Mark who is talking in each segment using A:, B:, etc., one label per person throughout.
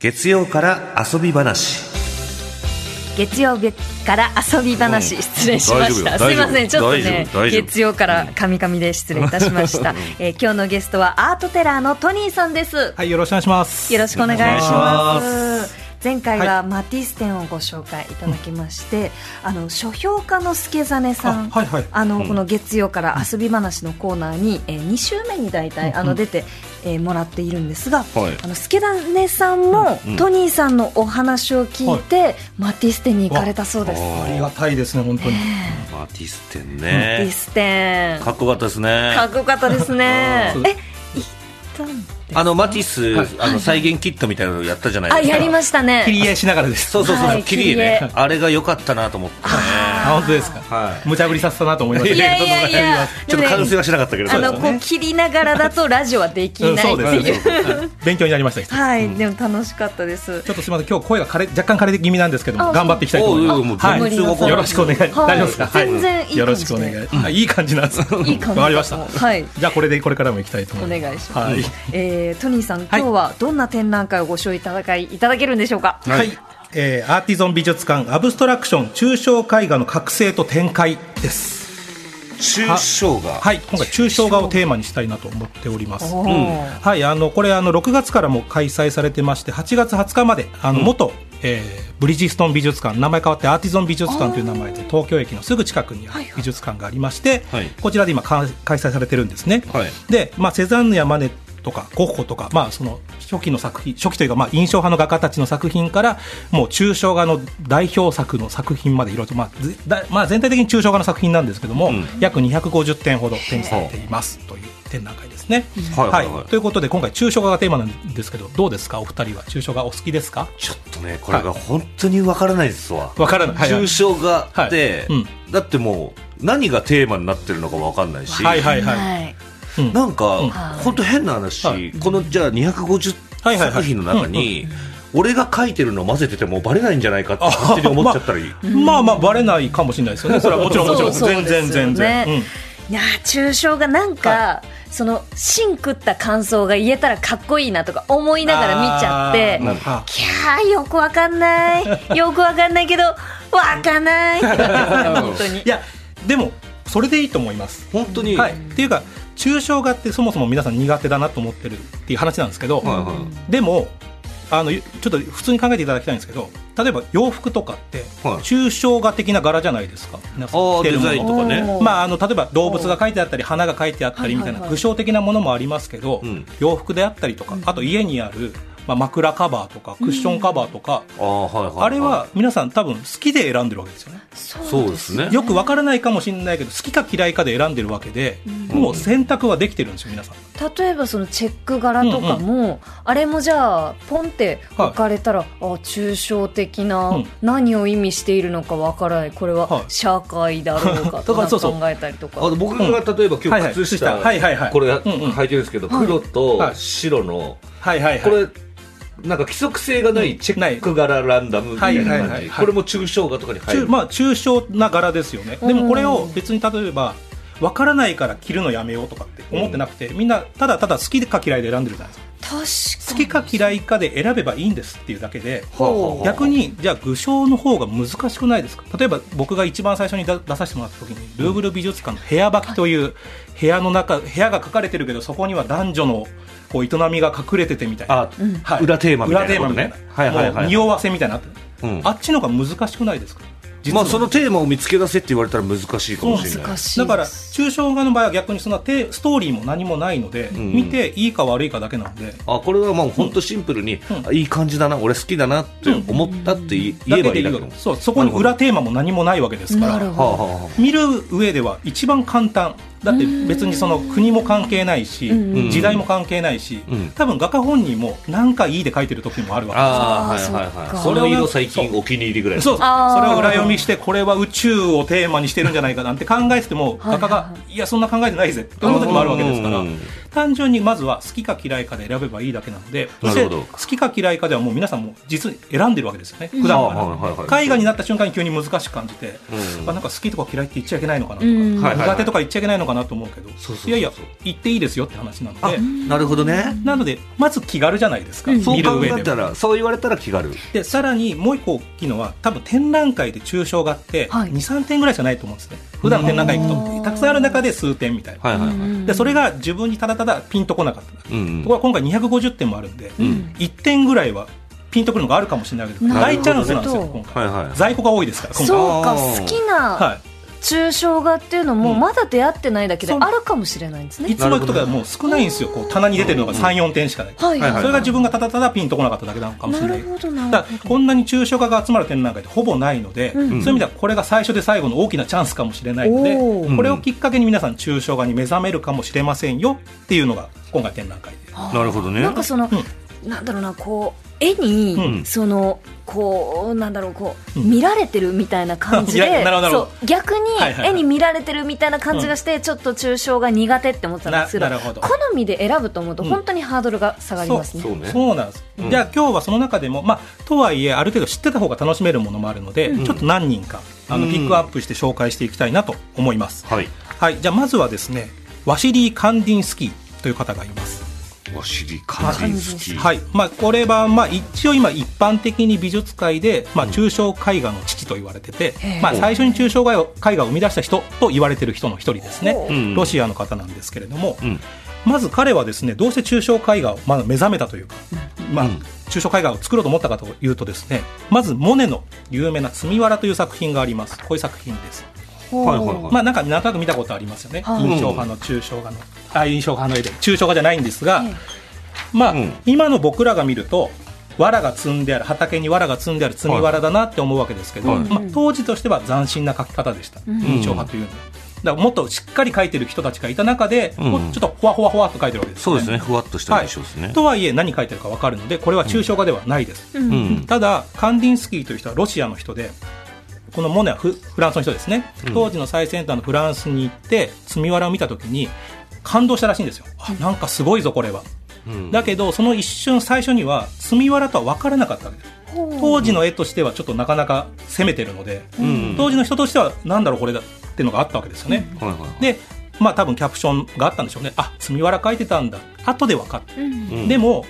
A: 月曜から遊び話
B: 月曜日から遊び話、
A: うん
B: 失礼しまし
A: 大
B: た
A: 丈夫
B: すい
A: よ
B: ませんちょっとね
A: 大丈夫大丈夫
B: 月曜からカミカミで失礼いたしま した、えー今日のゲストはアートテラーのトニーさんです
C: はい、よろしくお願いします。
B: よろしくお願いしま。
C: お願いします
B: 前回はマティス展をご紹介いただきまして、あの書評家の助真さん
C: あはいはい
B: あの、
A: ん
B: この月曜から遊び話のコーナーに、えー、2週目に大体あの出て、えーもらっているんですが、
A: はい
B: あの助真さんも、
A: うん
B: トニーさんのお話を聞いて、マティス展に行かれたそうです。マ
C: ありがたいですね、本当に。
A: マティステン
B: ティ
A: ね
B: ス展
A: か
B: か
A: っこよかったですね
B: っこよかったですね
C: う。ん
B: え行ったんですか
A: あのマティス、あの再現キットみたいなのやったじゃない
B: あ
A: ですか
B: やりましたね。
C: 切り絵しながらです。
A: そうそうそう、
B: はい
A: 切り絵
B: 切り
A: ねあれが良かったなと思ってね
C: あ、本当ですか。
A: は
C: 無茶ぶりさせたなと思いま
A: い
C: し
B: いやいやいや
A: ちょっと完成はしなかったけど
B: あの
A: そう
B: こ
A: で
B: う切りながらだとラジオはでき
C: た。うん
B: ない
C: そ
B: っ
C: う
B: て
C: です
B: いう。
C: ね。はい勉強になりました。ち
B: はい、でも楽しかったです。
C: ょっとすみません、今日声が枯れ、若干枯れて気味なんですけど
B: あ
C: も、頑張っていきたいと思い
A: おうおうも
C: ま
A: う
C: す。は
B: 無理なさ
C: い、よろしくお願い。大
B: はい
C: 丈夫ですか。
B: 全然いい感じで
C: よろしくお願い。あいい感じなんです。
B: いい感じ。
C: わかりました。
B: はい。
C: じゃあ、これでこれからも行きたいと
B: お
C: 思
B: 願
C: いま
B: いし
C: す。
B: ます。
C: はい。
B: えー、トニーさん、今日はどんな展覧会をご賞いただかいいただけるんでしょうか。
A: は
C: はいい、えーアーティゾン美術館アブストラクション抽象絵画の覚醒と展開です。
A: す抽象画
C: はい、今回抽象画をテーマにしたいなと思っております。
B: おお、
C: はい、あのこれあの6月からも開催されてまして8月20日まであの元、えーブリヂストン美術館名前変わってアーティゾン美術館という名前で東京駅のすぐ近くにある美術館がありまして、
A: はい
C: こちらで今か開催されてるんですね。
A: はい
C: で、まあ、セザンヌやマネとかゴッホとか、まあ、その初期の作品初期というか、まあ、印象派の画家たちの作品からもう抽象画の代表作の作品までいろいろと、まあずだまあ、全体的に抽象画の作品なんですけども、
A: うん
C: 約250点ほど展示されていますという展覧会ですね。
A: はいはいはい
C: ということで今回抽象画がテーマなんですけどどうですかお二人は抽象画お好きですか
A: ちょっとねこれが本当にわからないですわ
C: わからない、はいはい
A: 抽象画って、
C: はい
A: だってもう何がテーマになってるのかわかんないし、
C: はいはいはい
B: はい。
C: うん
A: なんか、
C: うん
A: 本当変な話、
C: はい
A: このじゃあ250
C: はいはいはい
A: 作品の中に、俺が書いてるのを混ぜててもバレないんじゃないかって勝手に思っちゃったり、
C: まあまあバレないかもしれないですよねそれはもちろんもちろん
B: そうそう
C: 全然
B: ですよね
C: 全然、うん
B: いやー抽象がなんか、その芯食った感想が言えたらかっこいいなとか思いながら見ちゃって
C: あーなるほど
B: きゃーよくわかん ないよくわかんないけどわかんないって本当に
C: いやでもそれでいいと思います
A: 本当に、
C: はい、っていうか抽象画ってそもそも皆さん苦手だなと思ってるっていう話なんですけど、
A: はいはい
C: でもあのちょっと普通に考えていただきたいんですけど例えば洋服とかって
A: はい
C: 抽象画的な柄じゃないですか皆さん
A: あ
C: 着
A: あデ
C: てるも
A: ザイン
C: の
A: とかね
B: おー
C: まあ、あの例えば動物が書いてあったり花が書いてあったりみたい
B: はいはい
C: な
B: はい
C: 具象的なものもありますけど、
A: うん
C: 洋服であったりとかあと家にある、まあ、枕カバーとかクッションカバーとか、
A: ああはいはいい
C: あれは皆さん多分好きで選んでるわけですよね。
A: そうですね
C: よくわからないかもしれないけど好きか嫌いかで選んでるわけで、もう選択はできてるんですよ皆さん。
B: 例えばそのチェック柄とかも、あれもじゃあポンって置かれたら、あ抽象的な、
C: うん
B: 何を意味しているのかわからないこれ
C: はい
B: は社会だろうかと
C: だか
B: から
C: そうそう
B: 考えたりとか
A: あの僕が例えば今
C: はいは
A: 日
C: い
A: 靴下、
C: 靴下はいはいはい
A: これ
C: うんうん
A: 履いてるんですけど、黒と
C: はい
A: 白の、
C: はいはいはい、
A: これなんか規則性がないチェック柄ランダムみたいな感じ、
C: はいはいはいはい
A: これも抽象画とかに入
C: 中
A: る、
C: まあ抽象な柄ですよね、で
B: うん
C: もこれを別に例えばわからないから着るのやめようとかって思ってなくて、みんなただただ好きか嫌いで選んでるじゃないですか
B: 確
C: 好きか嫌いかで選べばいいんですっていうだけで
A: はあはあはあ
C: 逆にじゃあ具象の方が難しくないですか例えば僕が一番最初に出出させてもらった時にルーブル美術館の部屋履きという部屋の中部屋が書かれてるけどそこには男女のこう営みが隠れててみたいな
A: あ、裏テーマみたいなこと
C: 裏
A: ね
C: テーマみ。
A: は
C: た
A: い
C: いな
A: はいはい。
C: もう匂わせみたいなのあって、
A: うん
C: あっちの方が難しくないですか実
A: ま
C: は
A: あそのテーマを見つけ出せって言われたら難しいかもしれない。
B: 難しい
C: だから
B: です
C: 抽象画の場合は逆にそんなテストーリーも何もないので、
A: ん
C: 見ていいか悪いかだけなので、
A: あこれはもう本当シンプルに、あいい感じだな俺好きだなって思ったって言言えばいいだけ
C: だ
A: だ
C: けでそうそこに裏テーマも何もないわけですか
B: なる
C: ら
A: はあ
B: ほ
A: はあは
C: 見る上では一番簡単だって別にその国も関係ないし、
B: うん
C: 時代も関係ないし、
A: うん
C: 多分画家本人もなんかいいで描いてる時もあるわけです
A: ああ
B: あー
A: ーはいはい
B: そっ
A: は
B: か
A: いその色最近お気に入りぐらい
C: そうそ
B: あー
C: れを裏読みしてこれは宇宙をテーマにしてるんじゃないかなんて考えてても画家がが、いや、そんな考えてないぜって思う時もあるわけですから
A: うんうん、
C: 単純にまずは好きか嫌いかで選べばいいだけなので、そし
A: な
C: て
A: るほど
C: 好きか嫌いかではもう皆さんもう実に選んでるわけですよね、普段
A: うんはいはいは
C: か
A: い
C: ら。絵画になった瞬間に急に難しく感じて、
A: うん
C: あなんか好きとか嫌いって言っちゃいけないのかなと
B: うん
A: はい
C: か、苦手とか言っちゃいけないのかなと思うけど、
A: そうそうそうそう
C: いやいや、言っていいですよって話なの
A: あ
C: で、
A: なるほどね。
C: なので、まず気軽じゃないですか、
B: うん
A: そ
C: 見
A: う
C: る
A: 考
C: 上
A: え
C: で
A: た
C: も。
A: ら、そう言われたら気軽。
C: でさらにもう一個大きいのは多分展覧会で抽象画って
B: はい
C: 23点ぐらいじゃないと思うんですね普段の展覧会行く
B: うん
C: とたくさんある中で数点みたいな、
A: はいはいはい。
B: うん
C: でそれが自分にただただピンとこなかったと
A: うんうん
C: ころが今回250点もあるんで、
A: うん
C: 1点ぐらいはピンとくるのがあるかもしれないけど
B: なるほど
C: 大チャンスなんですよ今回、
A: はいはい。
C: 在庫が多いですから今回
B: そうか
A: あー
B: 好きな
C: は
B: 抽象画っていうのも
C: うん
B: まだ出会ってないだけで
C: そう
B: あるかもしれないんです
C: い、い
B: ね。
C: つも行くときはもう少ないんですよこう棚に出てるのが34点しかない、
B: はい
A: はい
C: それが自分がただただピンとこなかっただけなのかもしれな
B: ないるほどな
C: だ
B: る
C: から
B: ほ
C: こんなに抽象画が集まる展覧会ってほぼないので、
B: うん
C: そういう意味ではこれが最初で最後の大きなチャンスかもしれないので、
B: お
A: ー
C: これをきっかけに皆さん抽象画に目覚めるかもしれませんよっていうのが今回展覧会で。
B: ど。
A: なるほどね。
B: なんかその、なんだろうなこう絵に、
C: うん
B: そのこうなんだろうこう、
C: うん
B: 見られてるみたいな感じ
C: いや
B: で
C: なるほどなる
B: そ
C: ほど
B: う逆に
C: はいはいはい
B: 絵に見られてるみたいな感じがして、ちょっと抽象が苦手って思ってたんですけど
C: ななるほど
B: 好みで選ぶと思うと
C: うん
B: 本当にハードルが下がりますね。
A: そうね。
C: そうなんです、
A: うん
C: じゃあ今日はその中でも、まあ、とはいえある程度知ってた方が楽しめるものもあるので、
B: うん
C: ちょっと何人かあの
A: うん
C: ピックアップして紹介していきたいなと思います、
A: はい。
C: はい、じゃあまずはですねワシリー・カンディンスキーという方がいます
A: お尻感じ好き。。
C: はいいまあ、これは、まあ、一応今一般的に美術界で、まあ、抽象絵画の父と言われてて
B: へ、ー
C: まあ、最初に抽象絵画を絵画を生み出した人と言われてる人の一人ですね
B: ほう
A: うん
C: ロシアの方なんですけれども、
A: うん。
C: まず彼はですねどうして抽象絵画をまだ目覚めたというか、まあ
A: うん、
C: 抽象絵画を作ろうと思ったかというとですねまずモネの有名な「積みわら」という作品がありますこういう作品です、
B: ほう
A: はいはいはい
C: まあ、なんかなんとなく見たことありますよね、
B: はい
C: 印象派の抽象画のあ印象派の絵で抽象画じゃないんですが、
B: ええ
C: まあ、
A: うん
C: 今の僕らが見ると藁が積んである畑に藁が積んである積み藁だなって思うわけですけど、
A: はい
C: まあ、当時としては斬新な描き方でした、
B: うん
C: 印象派というのは。だからもっとしっかり描いてる人たちがいた中で、
A: うん
C: もうちょっとほわほわほわっと描いてるわけです
A: そ
C: よ
A: う
C: ね。
A: ですね。ふわっとした印象ですね。
C: とはいえ何描いてるか分かるのでこれは抽象画ではないです、
B: うん
A: うん。
C: ただカンディンスキーという人はロシアの人でこのモネはフフランスの人ですね、
A: うん
C: 当時の最先端のフランスに行って積み藁を見た時に感動したらしいんですよあなんかすごいぞこれは
A: うん
C: だけどその一瞬最初には積み藁とは分からなかったわけです
B: ほう
C: 当時の絵としてはちょっとなかなか攻めてるので
A: うん。
C: 当時の人としてはなんだろうこれだっていうのがあったわけですよね
A: はいはい。
C: でまあ多分キャプションがあったんでしょうねあ積み藁描いてたんだ後で分かった
B: うん
A: うん
C: でも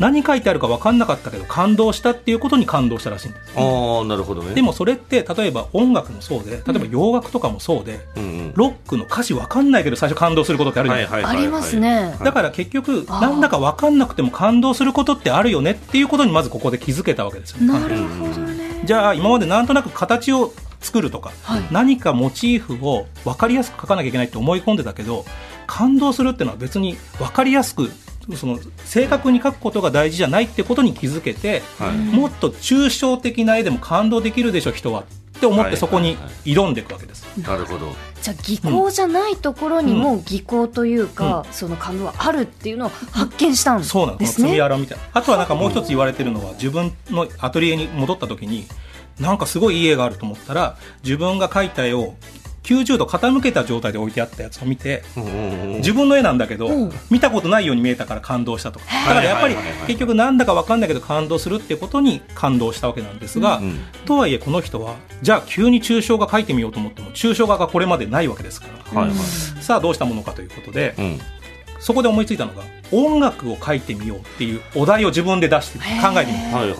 C: 何書いてあるか分かんなかったけど感動したっていうことに感動したらしいんです
A: ああ、なるほどね。
C: で、もそれって例えば音楽もそうで例えば洋楽とかもそうで、
A: うんうん。
C: ロックの歌詞分かんないけど最初感動することってあるじゃないですか、
A: はい
B: ありますね。
C: だから結局
B: あー
C: なんだか分かんなくても感動することってあるよねっていうことにまずここで気づけたわけですよね
B: なるほどね。
C: じゃあ今までなんとなく形を作るとか、
B: はい
C: 何かモチーフを分かりやすく描かなきゃいけないって思い込んでたけど感動するってのは別に分かりやすくその正確に描くことが大事じゃないってことに気づけて、
A: はい。
C: もっと抽象的な絵でも感動できるでしょ人はって思ってそこに挑んでいくわけです、
A: なるほど。
B: じゃあ技巧じゃないところにも技巧というか、その株はあるっていうのを発見したんですね。
C: そうなのこの積み洗いみたいなあとはなんかもう一つ言われてるのは自分のアトリエに戻った時になんかすごいいい絵があると思ったら自分が描いた絵を90度傾けた状態で置いてあったやつを見て
A: うんうんうん
C: 自分の絵なんだけど、
B: うん
C: 見たことないように見えたから感動したとかだからやっぱり
A: はいはいはいはい
C: 結局なんだか分かんないけど感動するっていうことに感動したわけなんですが、
A: うん
C: とはいえこの人はじゃあ急に抽象画描いてみようと思っても抽象画がこれまでないわけですから、
A: はいは
C: さあどうしたものかということで、
A: い。うん。
C: そこで思いついたのが音楽を書いてみようっていうお題を自分で出して考
B: へー
C: えてみた
A: はいはい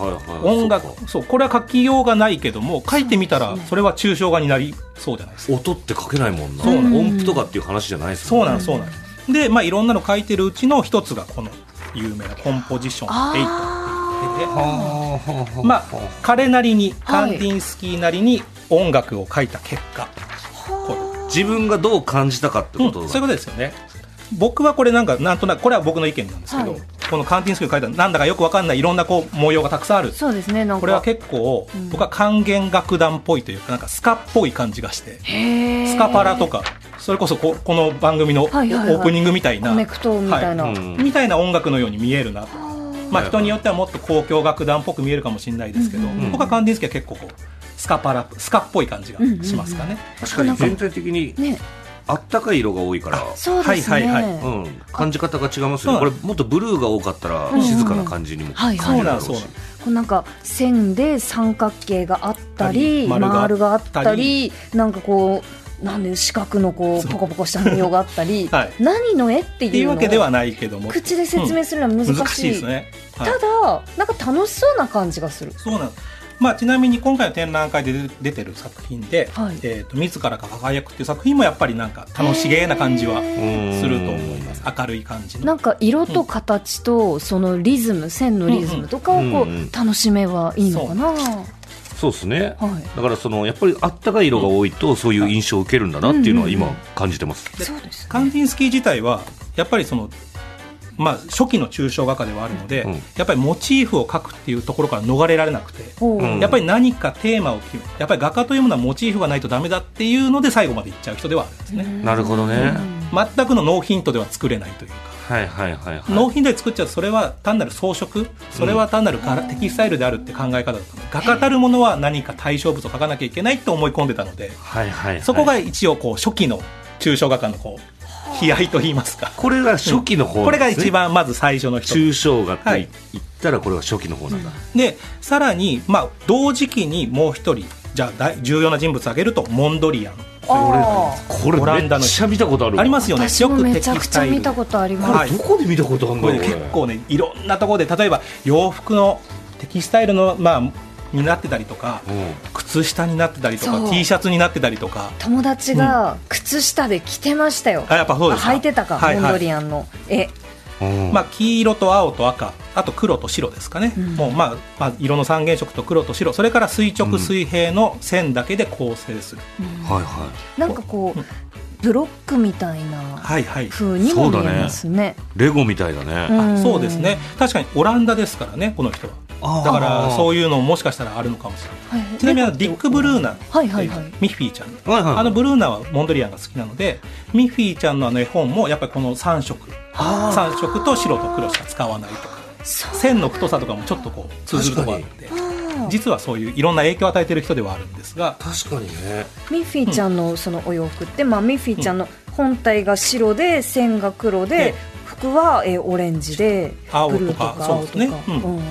A: はい。
C: 音楽
A: そっ
C: そうこれは書きようがないけども書いてみた
B: そう
C: ら
B: ですね
C: それは抽象画になりそうじゃないですか
A: か音って書けないもんな。
C: そうな
B: の
A: 音符とかっていう話じゃないです
C: そう
A: もん
C: な
A: ね
C: のそうなのでまあいろんなの書いてるうちの一つがこの有名なコンポジション8って言ってて
A: はあはあはあ
C: まあ彼なりにカ
B: は
C: ン
B: い
C: ディンスキーなりに音楽を書いた結果
A: 自分がどう感じたかって
C: う
A: こ
C: ん、そ
A: と
C: ういう
A: だ
C: ことですよね僕はこれなんかなんとなくこれは僕の意見なんですけど、
B: はい
C: このカンティンスクール書いたなんだかよくわかんないいろんなこう模様がたくさんある
B: そうですね。なんか
C: これは結構、
B: ん
C: 僕は管弦楽団っぽいというかなんかスカっぽい感じがして
B: へー
C: スカパラとかそれこそここの番組のオ
B: はいはいはい
C: ープニングみたいな、
B: コネクトみたいな。
A: は
B: はいい
A: うん
C: みたいな音楽のように見えるなとま
A: はい
C: あ、人によってはもっと交響楽団っぽく見えるかもしれないですけど、
B: うん
A: うん
C: 僕はカンディンスキーは結構こうスカパラスカっぽい感じがしますかね。
A: 確かに全体的に
B: ね、
A: あったかい色が多いから、
B: そうですね。
C: はいはいは
A: う
B: い
A: ん、感じ方が違いますよね。こ
C: う
A: れ
C: ん
A: もっとブルーが多かったら
B: ん
A: 静かな感じにも
B: は
A: 感
B: い
A: じ
B: は
A: る
B: い
A: だろう
C: そうなん
A: し
C: そう。
B: こうなんか線で三角形があったり
C: 丸が
B: 丸があったりなんかこうなんで四角のこう
C: そう
B: ポコポコした模様があったり、
C: はい
B: 何の絵って
C: って
B: い
C: いうう
B: の
C: わ
B: を
C: けではないけども
B: 口で説明するのは難しい,、
C: 難しいですね、はい
B: ただなんか楽しそうな感じがする
C: そうなんですまあ、ちなみに今回の展覧会で出出てる作品で「
B: はい
C: えー、と自らが輝く」っていう作品もやっぱりなんか楽しげな感じは
B: へ
C: す
B: ー
C: ると思います明るい感じの
B: なんか色と形とそのリズム線のリズムとかをこ
A: うんうん
B: う楽しめばいいのかな、
A: そうですね。
B: はい
A: だからそのやっぱりあったかい色が多いとそういう印象を受けるんだなっていうのは今感じてます。
B: そうです
C: カンディンスキー自体はやっぱりその、まあ、初期の抽象画家ではあるので、
A: うん
C: やっぱりモチーフを描くっていうところから逃れられなくて、
B: ほう
A: うん
C: やっぱり何かテーマを決めやっぱり画家というものはモチーフがないとダメだっていうので最後までいっちゃう人ではあるんですね、
A: なるほどね。
C: 全くのノーヒントでは作れないというか
A: はいはいはいはい。
C: 納品で作っちゃうとそれは単なる装飾それは単なる柄、テキスタイルであるって考え方だったので画家たるものは何か対象物を描かなきゃいけないと思い込んでたので
A: はいはいはい。
C: そこが一応こう初期の抽象画家のこう悲哀と言いますか
A: これが初期の方
C: こ
A: なん
C: れ
A: ですね
C: が一番まず最初の人
A: 抽象画って
C: はいい
A: 言ったらこれは初期の方なんだ。
C: でさらにまあ同時期にもう一人じゃあ大重要な人物を挙げるとモンドリアン
B: あー
A: これ
C: オラン
A: め
C: ダ
A: っ
C: の
A: ちゃ見たことある。
C: ありますよね
B: 私も
C: よく
B: め
C: テ
B: ちゃ
C: キ
B: く
C: ス
B: ちゃ
C: タイル
B: 見たことあります
A: こ
C: は
A: れ
C: い
A: どこで見たことあるんだろ
C: これ
A: う。
C: ね結構ねいろんなところで例えば洋服のテキスタイルのまあになってたりとか
A: これ。うん
C: 靴下になってたりと
B: そ
C: か
B: う
C: T シャツになってたりとか
B: 友達が靴下で着てましたよ、
C: あやっぱそうですか
B: あ履いてたか、
C: はいはい
B: モンドリアンの絵
A: うん
C: まあ、黄色と青と赤あと黒と白ですかね、
B: うん
C: もう、まあまあ、色の三原色と黒と白それから垂
A: うん
C: 直水平の線だけで構成する、
A: はいは
B: なんかこうブロックみたいな
C: はいはい、
B: 風にも見えますね
A: い。レゴみたいだね。
B: ん
C: あそうですね確かにオランダですからねこの人は
A: あー
C: だからそういうのももしかしたらあるのかもしれない
B: はいはい
C: ちなみにあのディック・ブルーナっていう
B: はいはいはい
C: ミッフィーちゃん
A: はいはい
C: あのブルーナはモンドリアンが好きなのでミッフィーちゃんのあの絵本もやっぱりこの3色3色と白と黒しか使わないとか
B: そう
C: 線の太さとかもちょっとこう通ずるところがあって実はそういういろんな影響を与えてる人ではあるんですが
A: 確かにね。
B: ミッフィーちゃんのそのお洋服って、まあ、ミッフィーちゃんの本体が白で線が黒で
C: ね
B: 服は、えーオレンジで
C: 青
B: ブルー
C: と
B: とか
C: か
B: 青と
C: そ
B: か
C: うですねうん
B: うん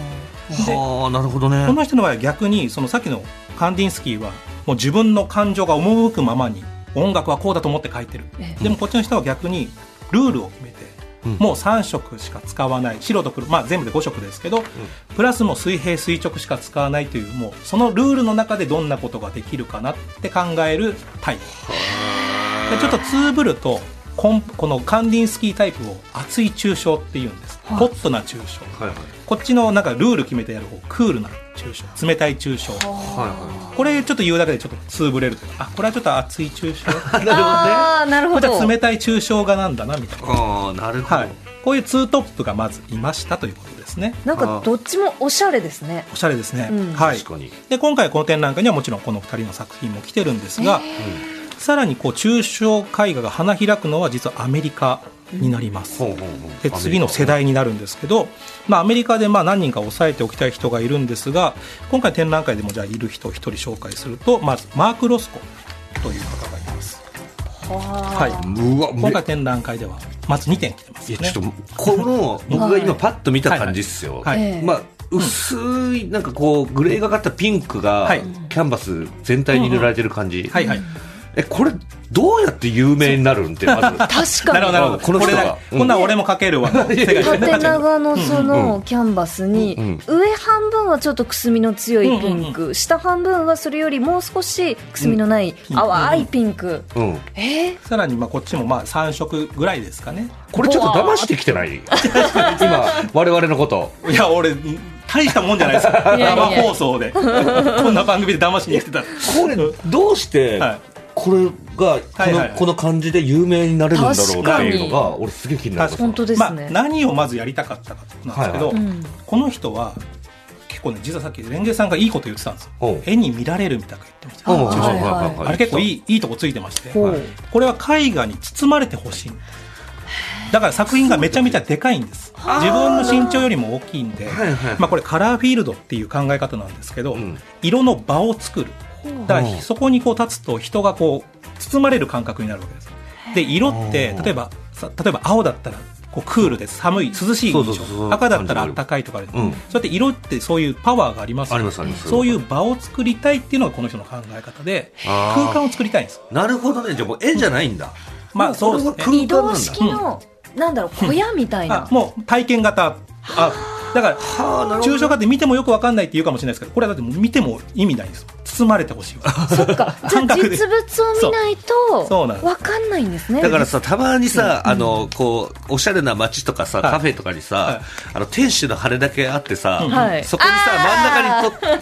C: で
A: はあなるほどね。
C: この人の場合は逆にそのさっきのカンディンスキーはもう自分の感情が赴くままに音楽はこうだと思って書いてる
B: ええ
C: でもこっちの人は逆にルールを決めて
A: うん
C: もう3色しか使わない白と黒、まあ、全部で5色ですけどプラスもう水平垂直しか使わないというもうそのルールの中でどんなことができるかなって考えるタイプでちょっとツーブルとコンこのカンディンスキータイプを熱い抽象っていうんです
B: はい
C: ホットな抽象
A: はいはい
C: こっちのなんかルール決めてやる方クールな抽象冷たい抽象
A: はいは
C: これちょっと言うだけでちょっとつぶれるとかあこれはちょっと熱い抽象こ
A: い。なるほどね。
B: あ あなるほ
C: っち
B: ど
C: は冷たい抽象画なんだなみたいな、
A: ああなるほど。
C: はい、こういうツートップがまずいましたということですね
B: なんかどっちもおしゃれですね
C: おしゃれですね、
B: うん
C: はい
A: 確かに。
C: で今回この展覧会にはもちろんこの2人の作品も来てるんですが、さらにこう抽象絵画が花開くのは実はアメリカになります、
A: ほうほうほう
C: で次の世。代になるんですけど、まあ、アメリカでまあ何人か押さえておきたい人がいるんですが今回展覧会でもじゃあいる人を1人紹介するとまずマーク・ロスコという方がいます、は、
B: はい
A: うわめ
C: 今回展覧会ではまず2点来てます
A: い
C: ね
A: やちょっとこの僕が今パッと見た感じっすよ。
C: はい
A: まあ薄いなんかこうグレーがかったピンクが
C: はい
A: キャンバス全体に塗られてる感じ。
C: はいはい
A: えこれどうやって有名になるんってまず。
B: 確
C: な
B: か
C: るほど
B: に
C: なるほど
A: この人が
C: れだ
A: うん
C: こんなん俺も描けるわの世界 で
B: 縦長のそのキャンバスに
A: うん
B: 上半分はちょっとくすみの強いピン
C: うん
B: ク下半分はそれよりもう少しくすみのない
C: うん
B: 淡いピンク
A: うん。
B: えー
C: さらにまあこっちもまあ3色ぐらいですかね
A: これちょっと騙してきて ない。今我々のこと。
C: いや俺大したもんじゃないですか
B: いやいや
C: 生放送でこんな番組で騙しに来てたら
A: これどうして
C: はい
A: これがこ
C: はいはい
A: の
C: はい
A: この感じで有名になれるんだろうっていうの
B: 確か
A: が俺すげえ気になります
B: 本当です
C: まあ、
B: ね、
C: 何をまずやりたかったかなんですけど、
A: はい
B: うん
C: この人は結構ね実はさっきレンゲさんがいいこと言ってたんですよ
A: おう
C: 絵に見られるみたいなこと言ってま
A: う
C: し
A: ん
B: は
A: はいい
B: はい
A: はいはい
C: たあれ結構いいいいとこついてまして
B: ほう
A: はい
C: これは絵画に包まれてほしいだから作品がめちゃめちゃでかいんです
A: う
C: 自分の身長よりも大きいんで、
A: はいはい
C: まあ、これカラーフィールドっていう考え方なんですけど、
A: うん
C: 色の場を作るだか
A: うん
C: らそこにこう立つと人がこう包まれる感覚になるわけですで色って
A: あー
C: 例えばさ例えば青だったらこうクールで寒い涼しい印象
A: そうそうそうそう
C: 赤だったら暖かいとかある、
A: うん
C: そうやって色ってそういうパワーがありますよ
A: ありますあります
C: そういう場を作りたいっていうのがこの人の考え方で
A: あー
C: 空間を作りたいんです
A: なるほどねじゃあもう絵じゃないんだ、
C: まあそうです
A: これ
C: ね
A: は空間なん
B: 移動
A: だ
B: 式の、なんだろう小屋みたいな
C: あもう体験型あだから抽象化って見てもよくわかんないって言うかもしれないですけどこれはだってもう見ても意味ないんです包まれてほし いわ
B: そっかじゃ
C: 感
B: あ
C: 覚で
B: 実物を見ない
C: そうそうなんで
B: と
C: す
B: わかんないんですね
A: だからさ、たまにさ、あの、こう、おしゃれな街とかさ、
C: はい
A: カフェとかに
C: は
A: さ
C: い、
A: あの、天使の羽だけあってさ
B: は、い
A: そこにさ、真ん中にと立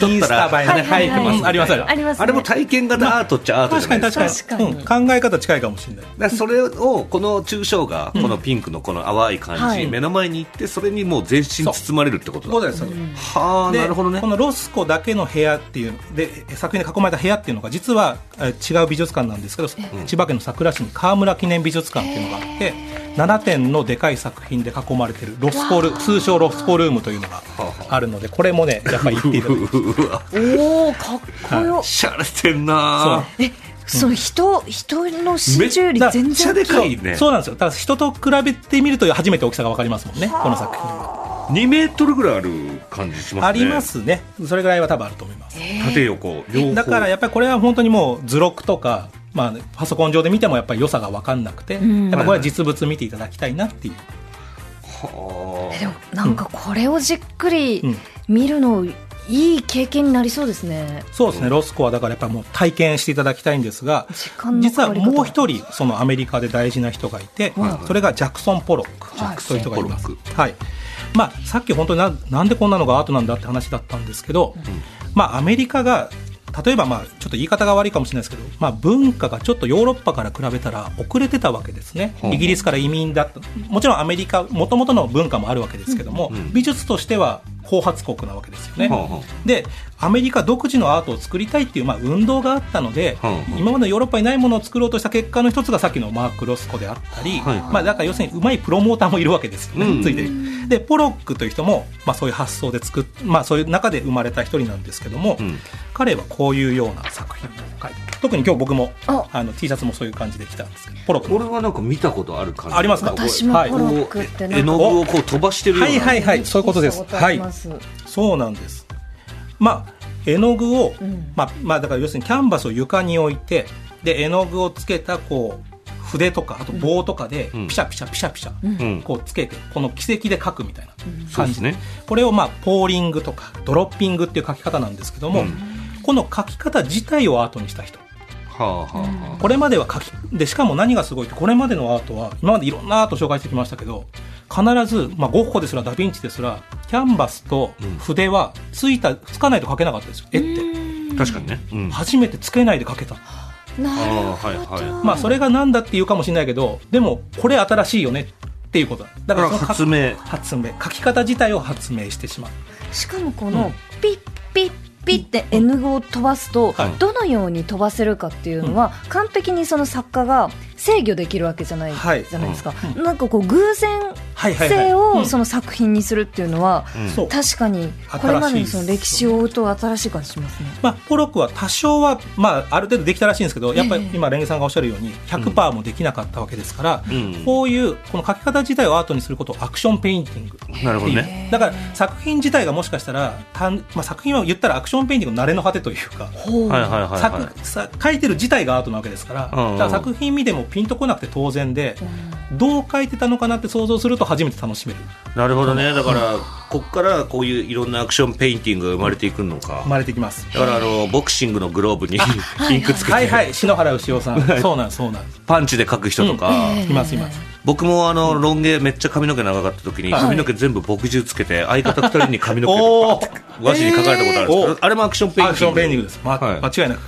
A: って写 真撮った
C: あーイン
A: ら、
C: インスタ映
A: 羽生え
C: えね
A: てますみたいな
C: はいはいはいありますあります
B: ありますね
A: あれも体験型アートっちゃアートじ
C: 確
A: ゃ
C: か
A: ないで
C: に
A: す
C: 確
A: か。
C: かに
B: 確かに
C: うん、考え方近いかもしれな
A: だ
C: い
A: からそれを、この抽象画、このピンクのこの淡い感
B: は
A: じ、
B: い
A: 目の前に行って、それにもう全身包まれるってこと
C: そう
A: だ。
C: ですよね、
A: はあ、
C: で
A: なるほどね
C: こ。のロスコだけの部屋っていうで作品で囲まれた部屋っていうのが実はえー違う美術館なんですけど千葉県の佐倉市に川村記念美術館っていうのがあって7点のでかい作品で囲まれてるロスコル通称ロスコルームというのがあるのでこれもねやっぱり言っていただ き
A: うわ、
B: おおかっこよ、
A: しゃれてんな
B: えその人人の身長より
C: めっ
B: 全
A: めっちゃで
B: 然
A: かいね。
C: そうなんですよただ人と比べてみると初めて大きさが分かりますもんねこの作品は
A: 2メートルぐらいある感じしますね。
C: ありま。すねそれぐらいは多分あると思います
A: 縦横、両方。
C: だからやっぱりこれは本当にもう図録とか、まあ、パソコン上で見てもやっぱり良さが分かんなくて、
B: ん
C: やっぱこれは実物見ていただきたいなっていう、
A: はあ
B: でもなんかこれをじっく
C: う
B: り
C: ん
B: 見るのいい経験になりそうですね
C: そうですねロスコはだからやっぱもう体験していただきたいんですが
B: 時間のか
C: 実
B: か
C: は
B: り方
C: もう一人そのアメリカで大事な人がいて、
B: はい
C: それがジャクソン・ポロック、
B: はい
C: という人がいます
A: ポロ、
C: はいまあ、さっき本当にななんでこんなのがアートなんだって話だったんですけど、まあ、アメリカが例えばまあちょっと言い方が悪いかもしれないですけど、まあ、文化がちょっとヨーロッパから比べたら遅れてたわけですね、
A: うん
C: イギリスから移民だったもちろんアメリカもともとの文化もあるわけですけども、
A: うんうん
C: 美術としては後発国なわけですよね。
A: はあはあ
C: でアメリカ独自のアートを作りたいっていう、まあ、運動があったので、
A: うんうん
C: 今までのヨーロッパにないものを作ろうとした結果の一つがさっきのマーク・ロスコであったり、
A: はい
C: まあ、だから要するにうまいプロモーターもいるわけですよね、
A: うん
C: ついてるでポロックという人も、まあ、そういう発想で作っ、まあ、そういう中で生まれた一人なんですけども、
A: うん
C: 彼はこういうような作品を書いて特に今日僕も
B: あ
C: あの T シャツもそういう感じで来たんですけどポロックの
A: 俺はなんか見たことある感じ
C: ありますか
B: 私も
C: はい
B: ポロックってな
A: 絵
B: ん
A: の
B: か
A: 具をこう飛ばしてるような
C: はいはいはいそういうことです
B: 見たあります
C: そうなんです。まあ、絵の具を、
B: うん
C: まあ、まあ、だから要するにキャンバスを床に置いて、で、絵の具をつけた、こう、筆とか、あと棒とかで
A: うん、
C: ピシャピシャピシャピシャ、
A: うん
C: こうつけて、この軌跡で描くみたいな
A: そう
C: 感
A: で
C: じ
A: すね
C: これを、まあ、ポーリングとか、ドロッピングっていう描き方なんですけども、
A: うん
C: この描き方自体をアートにした人。
A: はあはあは
C: これまでは書きでしかも何がすごいってこれまでのアートは今までいろんなアート紹介してきましたけど必ず、まあ、ゴッホですらダ・ヴィンチですらキャンバスと筆はついたつかないと描けなかったですよ絵って
A: あ確かにねうん
C: 初めてつけないで描けた
B: なる
A: あー
B: ほ
A: はいは
B: ど
A: い
C: まあそれが何だって言うかもしれないけどでもこれ新しいよねっていうことだだ
A: だから
C: その書
A: 発明
C: 発明書き方自体を発明してしまう
B: しかもこ
C: う
B: の
C: ん
B: ピッピッピッって絵の具を飛ばすと
A: はい
B: どのように飛ばせるかっていうのは完璧にその作家が制御できるわけじゃない
C: はい
B: じゃないですかなんかこう偶然
C: はいはいはい
B: 性を
C: うん
B: その作品にするっていうのは
A: うん
C: そう
B: 確かにこれまでのその歴史を追うと新しい感じしますね。
C: まあ、ポロックは多少は、まあ、ある程度できたらしいんですけどやっぱり今レンゲさんがおっしゃるように100%もできなかったわけですから、
A: うん
C: こういうこの書き方自体をアートにすることをアクションペインティングっていう
A: なるほどね
C: だから作品自体がもしかしたら単まあ、作品は言ったらアクションペインティングの慣れの果てというか。
B: ほう
A: はいはいはいは
C: 作さ書いてる自体がアートなわけですから,、
A: うんうん
C: だから作品見てもピンとこなくて当然で、どう書いてたのかなって想像すると初めて楽しめる
A: いなるほどねだからこっからこういういろんなアクションペインティングが生まれていくのか
C: 生まれてきます
A: だからあのボクシングのグローブにピンクつけ
C: はい
A: て
C: はい篠原牛尾さん そうなんですそうなんです
A: パンチで描く人とか
B: うんええ
C: いますいます
A: 僕もあのロン毛めっちゃ髪の毛長かった時に
C: はい
A: 髪の毛全部墨汁つけて相方二人に髪の毛
C: お
A: を
C: お
A: 和紙に描かれたことあるんですけ
C: え
A: どあれもアクションペイン
C: ア
A: テ
C: クションペイン
A: ィン
C: ティン
A: グ
C: グです、ま
A: はい
C: 間違いなく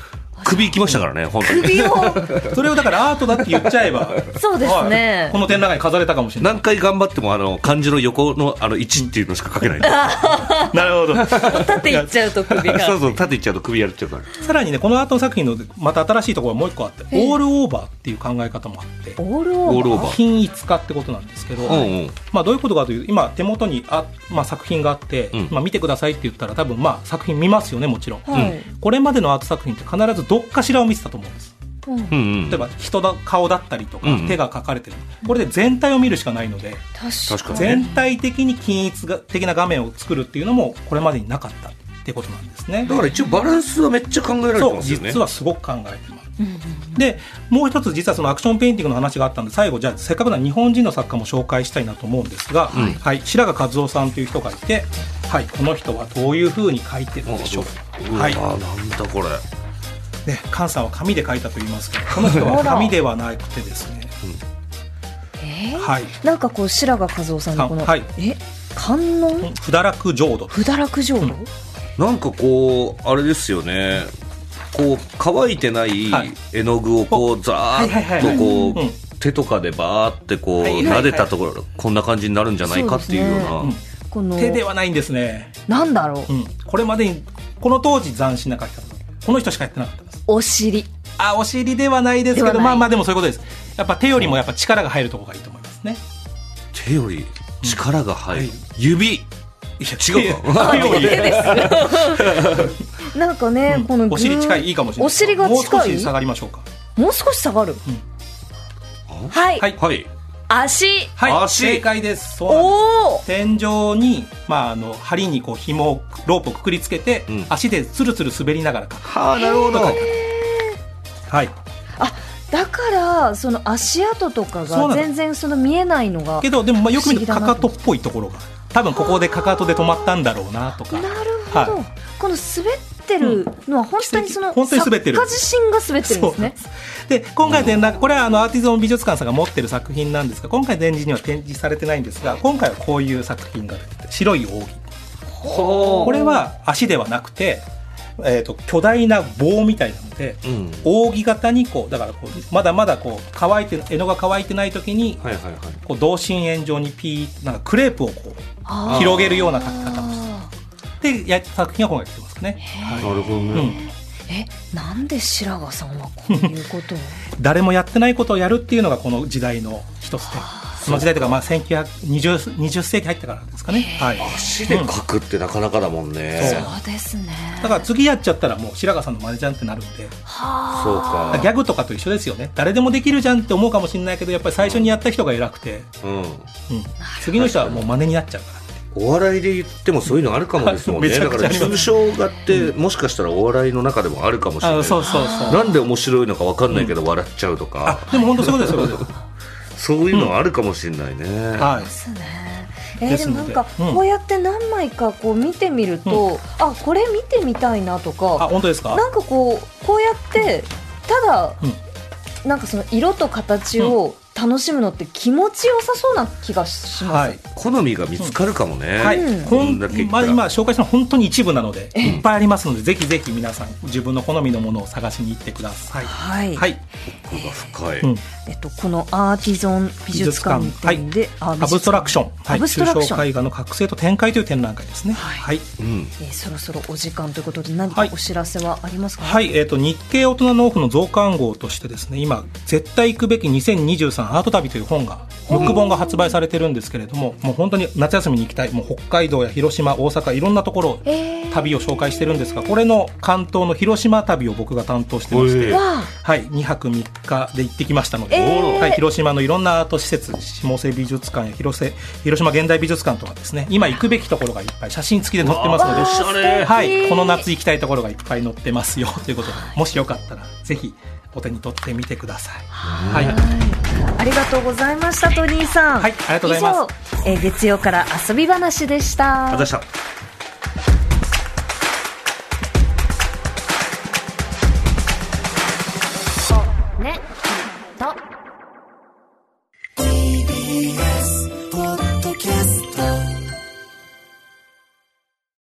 A: 首いきましたからね本当に
B: 首を
C: それをだからアートだって言っちゃえば
B: そうですね
C: はいこの展覧会に飾れたかもしれない
A: 何回頑張ってもあの漢字の横のあの1っていうのしか書けないんだ
C: な るほど
B: 縦いっちゃうと首が。
A: そうそう縦いっちゃうと首やっちゃうから
C: さらにねこのアートの作品のまた新しいところがもう一個あって
B: ええ
C: オールオーバーっていう考え方もあって
B: オールオーバー
A: オールオーバー
C: 均一化ってことなんですけど、
A: うんうん
C: まあ、どういうことかというと今手元にあ、まあ、作品があって、
A: うん
C: まあ、見てくださいって言ったら多分まあ作品見ますよねもちろん、
B: はい
C: これまでのアート作品って必ずどっかしらを見てたと思うんです
B: うん
A: うんうん
C: 例えば人の顔だったりとか、
A: うんうん
C: 手が描かれてるこれで全体を見るしかないので
B: 確か
A: 確
B: に
A: かに
C: 全体的に均一が的な画面を作るっていうのもこれまでになかったってことなんですね
A: だから一応バランスはめっちゃ考えられて
C: そう
A: ますよね
C: 実はすごく考えています
B: うんうん
C: でもう一つ実はそのアクションペインティングの話があったので最後じゃあせっかくなら日本人の作家も紹介したいなと思うんですが、
A: うん
C: はい、白髪和夫さんという人がいて、はい、この人はどういうふうに書いてるんでしょう
A: うわ
C: はい
A: なんだこれ
C: ね、菅さんは紙で書いたと言いますけどこの人は紙ではなくてですね、
B: えー
C: はい、
B: なんかこう白髪和夫さんのこの、
C: はい
B: え観音
C: 不堕落浄土
B: 不堕落浄土、
C: うん
A: なんかこうあれですよねこう乾いてない
C: はい
A: 絵の具をこうザ
C: はい
A: ー
C: は
A: ッ
C: いはい
A: とこ
C: うん
A: う手とかでバーってこう
C: はいはいはい
A: 撫でたところこんな感じになるんじゃないかっていうよう
B: そ
A: な
C: うです
B: この
C: 手ではないんですね、
B: なんだろう
C: うん、これまでにこの当時斬新な書き方この人しかやってなかったです
B: お尻
C: あお尻ではないです
B: で
C: け
B: はな
C: ど
B: い
C: まあまあでもそういうことですやっぱ手よりもやっぱ力が入るところがいいと思いますね
A: 手より力が入る
C: うん
A: 指違うか
C: 手より
B: なんかね、この
C: お尻近いいいかもしれない
B: お尻が
C: もう
B: 近
C: 少
B: い
C: し下がりましょうか
B: もう少し下がる、
A: あ
B: はい、
C: はい
A: はい
B: 足
C: はい
A: 足
C: 正解ですそうなんです
B: おお
C: 天井に、まあ、あの針にこう紐をロープをくくりつけて、
A: うん
C: 足でつるつる滑りながら書く
A: はあなるほど
C: はい
B: だからその足跡とか
C: そ
B: が
C: うなの
B: 全然その見えないのが
C: けどでもまあよく見ると
B: 不思議だ
C: か
B: な
C: かとっぽいところが多分ここでかかとで止まったんだろうなとか
B: なるほど、
C: はい
B: この滑ってるのは本当にその、
C: うん本当に滑ってる
B: 作家自身が滑ってるんですね
C: で今回展覧これはあのアーティゾン美術館さんが持ってる作品なんですが今回展示には展示されてないんですが今回はこういう作品が出てて白い扇こ
A: こ
C: れは足ではなくて、えー、と巨大な棒みたいなので
A: うん
C: 扇形にこうだからこうまだまだこう乾いて絵のが乾いてない時に
A: はいはいはい
C: こう同心円状にピーなんかクレープをこ
B: あ
C: う
B: ー
C: 広げるような書き方をしてでやった作品が今回出てますね、
A: なるほど
C: う
A: ね
C: ん、
B: えなんで白髪さんはこういうことを
C: 誰もやってないことをやるっていうのがこの時代の一つでその時代というかまあ1920 20世紀入ったからですかね、はい、
A: 足で書くってなかなかだもんね
C: そう
B: そうですね
C: だから次やっちゃったらもう白川さんのマネじゃんってなるんで
B: は
A: そう
C: ギ
A: か
C: ャグとかと一緒ですよね誰でもできるじゃんって思うかもしれないけどやっぱり最初にやった人が偉くて、
A: うん
C: うん、次の人はもう真似になっちゃうから
A: お笑いで言ってもそういうのあるかもですもんね
C: めちゃ
A: だ
C: く
A: か
C: ちゃあ
A: ら
C: ります
A: 抽象画ってもしかしたらお笑いの中でもあるかもしれない
C: あそうそうそう
A: なんで面白いのか分かんないけど笑っちゃうとか、
C: あでも本当そういうことですそういうことです
A: そういうのあるかもしれないね、
C: はい
B: ですね。え
C: で
B: ー、
C: す
B: で
C: の
B: も
C: で
B: なんか
C: うん
B: こうやって何枚かこう見てみると、あこれ見てみたいなと
C: あ
B: か
C: 本当ですか
B: なんかこうこうやってただ、なんかその色と形を楽しむのって気持ちよさそうな気がします。
C: はい
A: 好みが見つかるかもね、
C: はい、
B: うん
C: こん
A: こんだけ言った
C: まあ、
A: ら
C: 今紹介したのは本当に一部なので、いっぱいありますので、ぜひぜひ皆さん、自分の好みのものを探しに行ってください。は
B: はい、
C: い、
A: 奥が深い、
C: うん
B: えっと、このアーティゾン美術館展で、あ
C: アブストラクション、は
B: ア
C: い、
B: ブストラクション、
C: 抽象絵画の覚醒と展開という展覧会ですね。はい、
A: うん
B: えーそろそろお時間ということで何
C: は
B: か
C: い
B: お知らせはありますか、
C: はい、えっ、と、日経大人納付の増刊号としてですね、今、絶対行くべき2023アート旅という本が、6本が発売されてるんですけれども、もう本当に夏休みに行きたい、もう北海道や広島、大阪、いろんなところを
B: えー
C: 旅を紹介してるんですが、これの関東の広島旅を僕が担当してまして、
A: えー
B: わあ
C: はい、2泊3日で行ってきましたので、
B: えー
C: はい、広島のいろんなアート施設下瀬美術館や広瀬広島現代美術館とかですね今行くべきところがいっぱい写真付きで載ってますの
A: うわ
C: で
A: ーおしゃれ
C: はい、この夏行きたいところがいっぱい載ってますよということでもしよかったらぜひお手に取ってみてください。はい、
B: ありがとうございました、トニーさん。。
C: はいありがとうございます
B: 以上、えー月曜から遊び話でした。
A: あざした